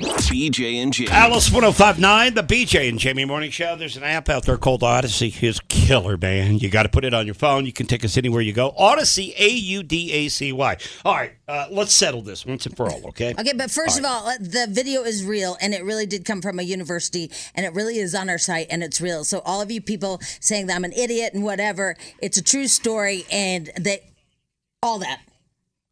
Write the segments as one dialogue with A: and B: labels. A: BJ and Jamie.
B: Alice 1059, the BJ and Jamie Morning Show. There's an app out there called Odyssey. It's killer, man. You got to put it on your phone. You can take us anywhere you go. Odyssey, A U D A C Y. All right, uh, let's settle this once and for all, okay?
C: Okay, but first of all, the video is real and it really did come from a university and it really is on our site and it's real. So all of you people saying that I'm an idiot and whatever, it's a true story and that all that.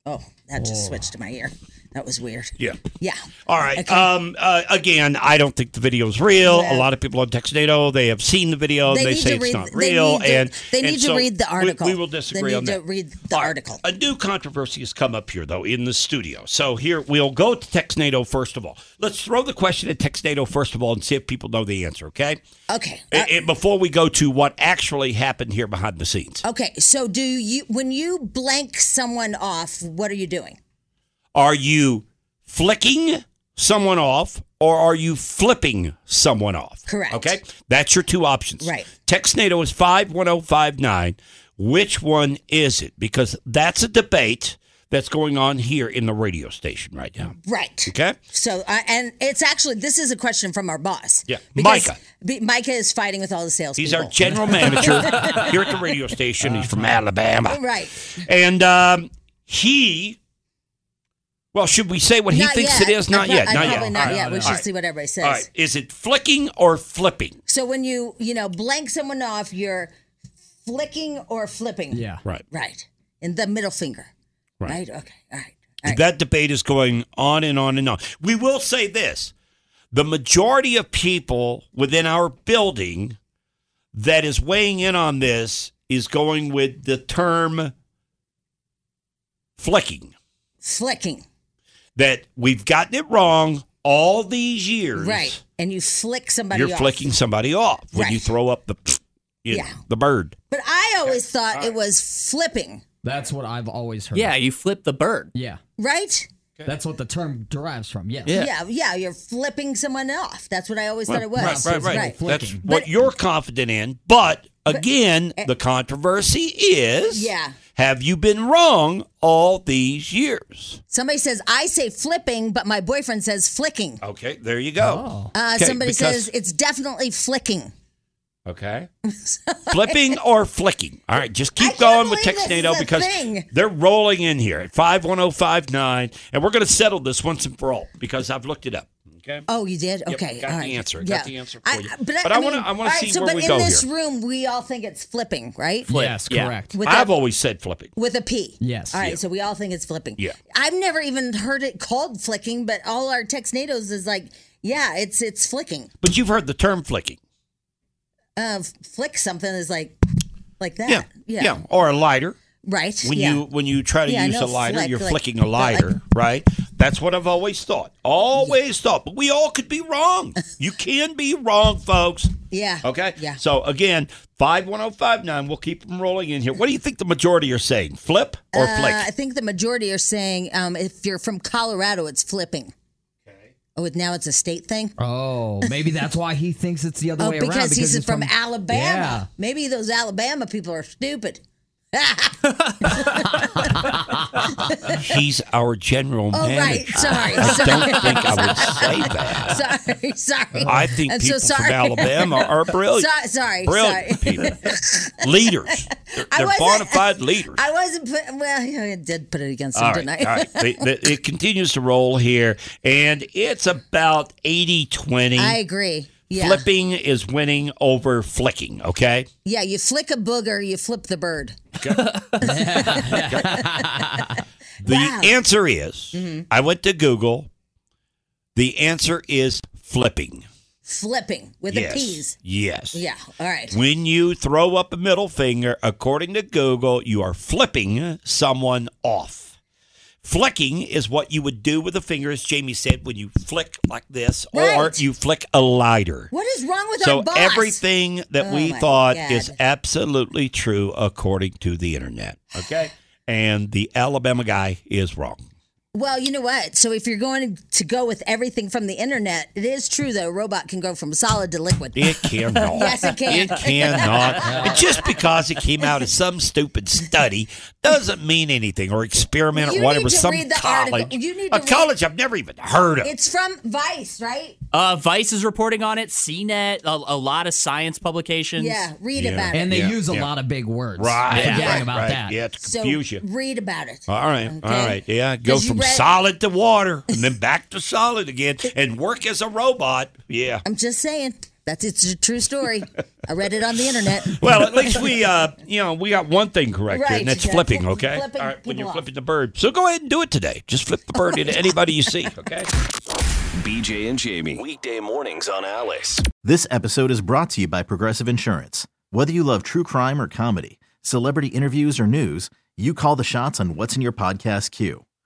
C: Oh, that just switched to my ear. That was weird.
B: Yeah.
C: Yeah.
B: All right.
C: Okay.
B: Um, uh, again, I don't think the video is real. A
C: Well-
B: lot of people on Texanado, they have seen the video. Oh, They,
C: They need
B: say
C: to
B: it's
C: read-
B: not
C: they
B: real.
C: need to-
B: and
C: they
B: and
C: need to
B: so
C: read the
B: we-
C: article.
B: We, will disagree
C: They
B: on
C: need
B: that.
C: to read the
B: All right.
C: article.
B: A new controversy has come up here, though, in the studio. So here we'll go to Texanado first of all. Let's throw the question at Texanado first of all and see if people know the answer. Okay.
C: Okay.
B: And- and before we go to what actually happened here behind the scenes.
C: Uh, Okay. So do you when you blank someone off, what are you doing?
B: Are you flicking someone off or are you flipping someone off?
C: Correct.
B: Okay. That's your two options.
C: Right.
B: Text NATO is 51059. Which one is it? Because that's a debate that's going on here in the radio station right now.
C: Right.
B: Okay.
C: So, uh, and it's actually this is a question from our boss.
B: Yeah,
C: Because
B: Micah.
C: B- Micah is fighting with all the sales.
B: He's our general manager here at the radio station. He's from Alabama.
C: right.
B: And um, he, well, should we say what he
C: Not
B: thinks
C: yet.
B: it is?
C: I
B: Not
C: prob-
B: yet.
C: I
B: Not
C: probably
B: yet.
C: not
B: All right.
C: yet. We
B: All
C: should
B: right.
C: see what everybody says.
B: All right. Is it flicking or flipping?
C: So when you you know blank someone off, you're flicking or flipping. Yeah.
B: Right.
C: Right. In the middle finger. Right. Okay. All right. All right.
B: That debate is going on and on and on. We will say this the majority of people within our building that is weighing in on this is going with the term flicking,
C: Flicking.
B: that we've gotten it wrong all these years.
C: Right. And you flick somebody.
B: You're
C: off.
B: flicking somebody off when you
C: Right.
B: throw up the, you know,
C: Yeah.
B: the bird.
C: But I always thought it was flipping.
D: That's what I've always heard.
E: Yeah, you flip the bird.
D: Yeah.
C: Right.
D: That's what the term derives from. Yes.
E: Yeah.
C: Yeah. Yeah. You're flipping someone off. That's what I always thought it was.
B: Right, right,
C: Right.
B: right. That's
D: Flicking.
B: what
C: But- eh
B: you're confident in. But again, the controversy is
C: Yeah.
B: have you been wrong all these years?
C: Somebody says I say flipping, but my boyfriend says flicking.
B: Okay, there you go.
C: Uh,
B: Okay,
C: somebody
B: because-
C: says it's definitely flicking.
B: Okay. Flipping or flicking. All right, just
C: I
B: keep
C: can't
B: going with
C: believe this is
B: Texnado
C: a
B: because
C: thing.
B: they're rolling in here at 51059, and we're going to settle this once and for all because I've looked it up. Okay.
C: Oh, you did?
B: Yep,
C: Okay.
B: got
C: all
B: the
C: right.
B: answer, got the answer for you.
C: But,
B: But I
C: I
B: wanna-
C: mean-
B: I wanna
C: all right,
B: see
C: so,
B: where
C: but
B: we
C: in
B: go
C: this
B: here.
C: room, we all think it's flipping, right?
D: Yes,
E: Yeah.
D: correct.
C: With
B: I've
C: a,
B: always said flipping.
C: with a P.
D: Yes.
C: All right.
D: Yeah.
C: So we all think it's flipping.
B: Yeah.
C: I've never even heard it called flicking, but all our Texnados is like, yeah, it's it's flicking.
B: But you've heard the term flicking.
C: Uh, flick something is like like that.
B: Yeah. Yeah. Or a lighter.
C: Right.
B: when
C: Uh, yeah.
B: you when you try to
C: Yeah,
B: use
C: no,
B: a lighter,
C: flick,
B: you're
C: like-
B: flicking a lighter, right? That's what I've always thought. Always thought, but we all could be wrong. you can be wrong, folks.
C: Yeah.
B: Okay.
C: Yeah.
B: So again, five one zero five nine. We'll keep them rolling in here. What do you think the majority are saying? Flip or
C: Uh, I
B: flick?
C: think the majority are saying um, if you're from Colorado, it's flipping. Oh, with- now it's a state thing.
D: Oh, maybe that's why he thinks it's the other
C: Oh,
D: way
C: because,
D: around.
C: he's, from, Alabama.
D: Yeah.
C: Maybe those Alabama people are stupid. Oh,
B: He's our general
C: Oh, right.
B: manager.
C: Sorry.
B: I
C: sorry.
B: don't think I would say that.
C: sorry. Sorry.
B: I think
C: I'm
B: people
C: so sorry.
B: from Alabama are brilliant.
C: So- sorry.
B: Oh, Brilliant
C: Sorry.
B: people. leaders. They're,
C: I
B: they're
C: wasn't-
B: bona fide leaders.
C: I wasn't put, well, I did put it against him,
B: All right,
C: didn't I?
B: all right. The- the- it continues to roll here, and it's about 80 20.
C: I agree. Yeah.
B: Flipping is winning over flicking, okay?
C: Yeah. You flick a booger, you flip the bird.
B: The answer is
C: Mm-hmm.
B: I went to Google. The answer is flipping.
C: Flipping with
B: yes.
C: the peas.
B: Yes.
C: Yeah. All right.
B: When you throw up a middle finger, according to Google, you are flipping someone off. Flicking is what you would do with the fingers, Jamie said, when you flick like this, or
C: Right.
B: you flick a lighter.
C: What is wrong with
B: So
C: our boss?
B: everything that
C: Oh
B: we
C: my
B: thought
C: God.
B: is absolutely true according to the internet. Okay. And the Alabama guy is wrong.
C: Well, you know what? So if you're going to go with everything from the internet, it is true though. A robot can go from solid to liquid.
B: It cannot.
C: Yes, it can.
B: It cannot. And just because it came out of some stupid study doesn't mean anything or experiment
C: You
B: or
C: need
B: whatever.
C: to
B: Some
C: read the
B: college.
C: article. You need
B: a
C: to read-
B: college I've never even heard of.
C: It's from Vice, right?
B: Um,
A: Uh, Vice is reporting on it. CNET, a, a lot of science publications.
C: Yeah, read
B: Yeah.
C: about it.
D: And they
B: Yeah,
D: use a
B: yeah.
D: lot of big words.
B: right.
D: Forgetting
B: right,
D: about
B: right.
D: that.
B: Yeah, it's
C: So
B: confusion.
C: read about it.
B: All right,
C: Okay.
B: all right, yeah. Go
C: 'Cause you
B: from
C: read-
B: solid to water, and then back to solid again, and work as a robot. Yeah.
C: I'm just saying. That's it's a true story. I read it on the internet.
B: Well, at least we, uh, you know, we got one thing correct here, and
C: Right,
B: that's
C: yeah.
B: flipping. Okay.
C: Flipping
B: all right, when
C: people
B: you're
C: off.
B: flipping the bird, so go ahead and do it today. Just flip the bird into anybody you see. Okay.
E: BJ and Jamie. Weekday mornings on Alice.
F: This episode is brought to you by Progressive Insurance. Whether you love true crime or comedy, celebrity interviews or news, you call the shots on what's in your podcast queue.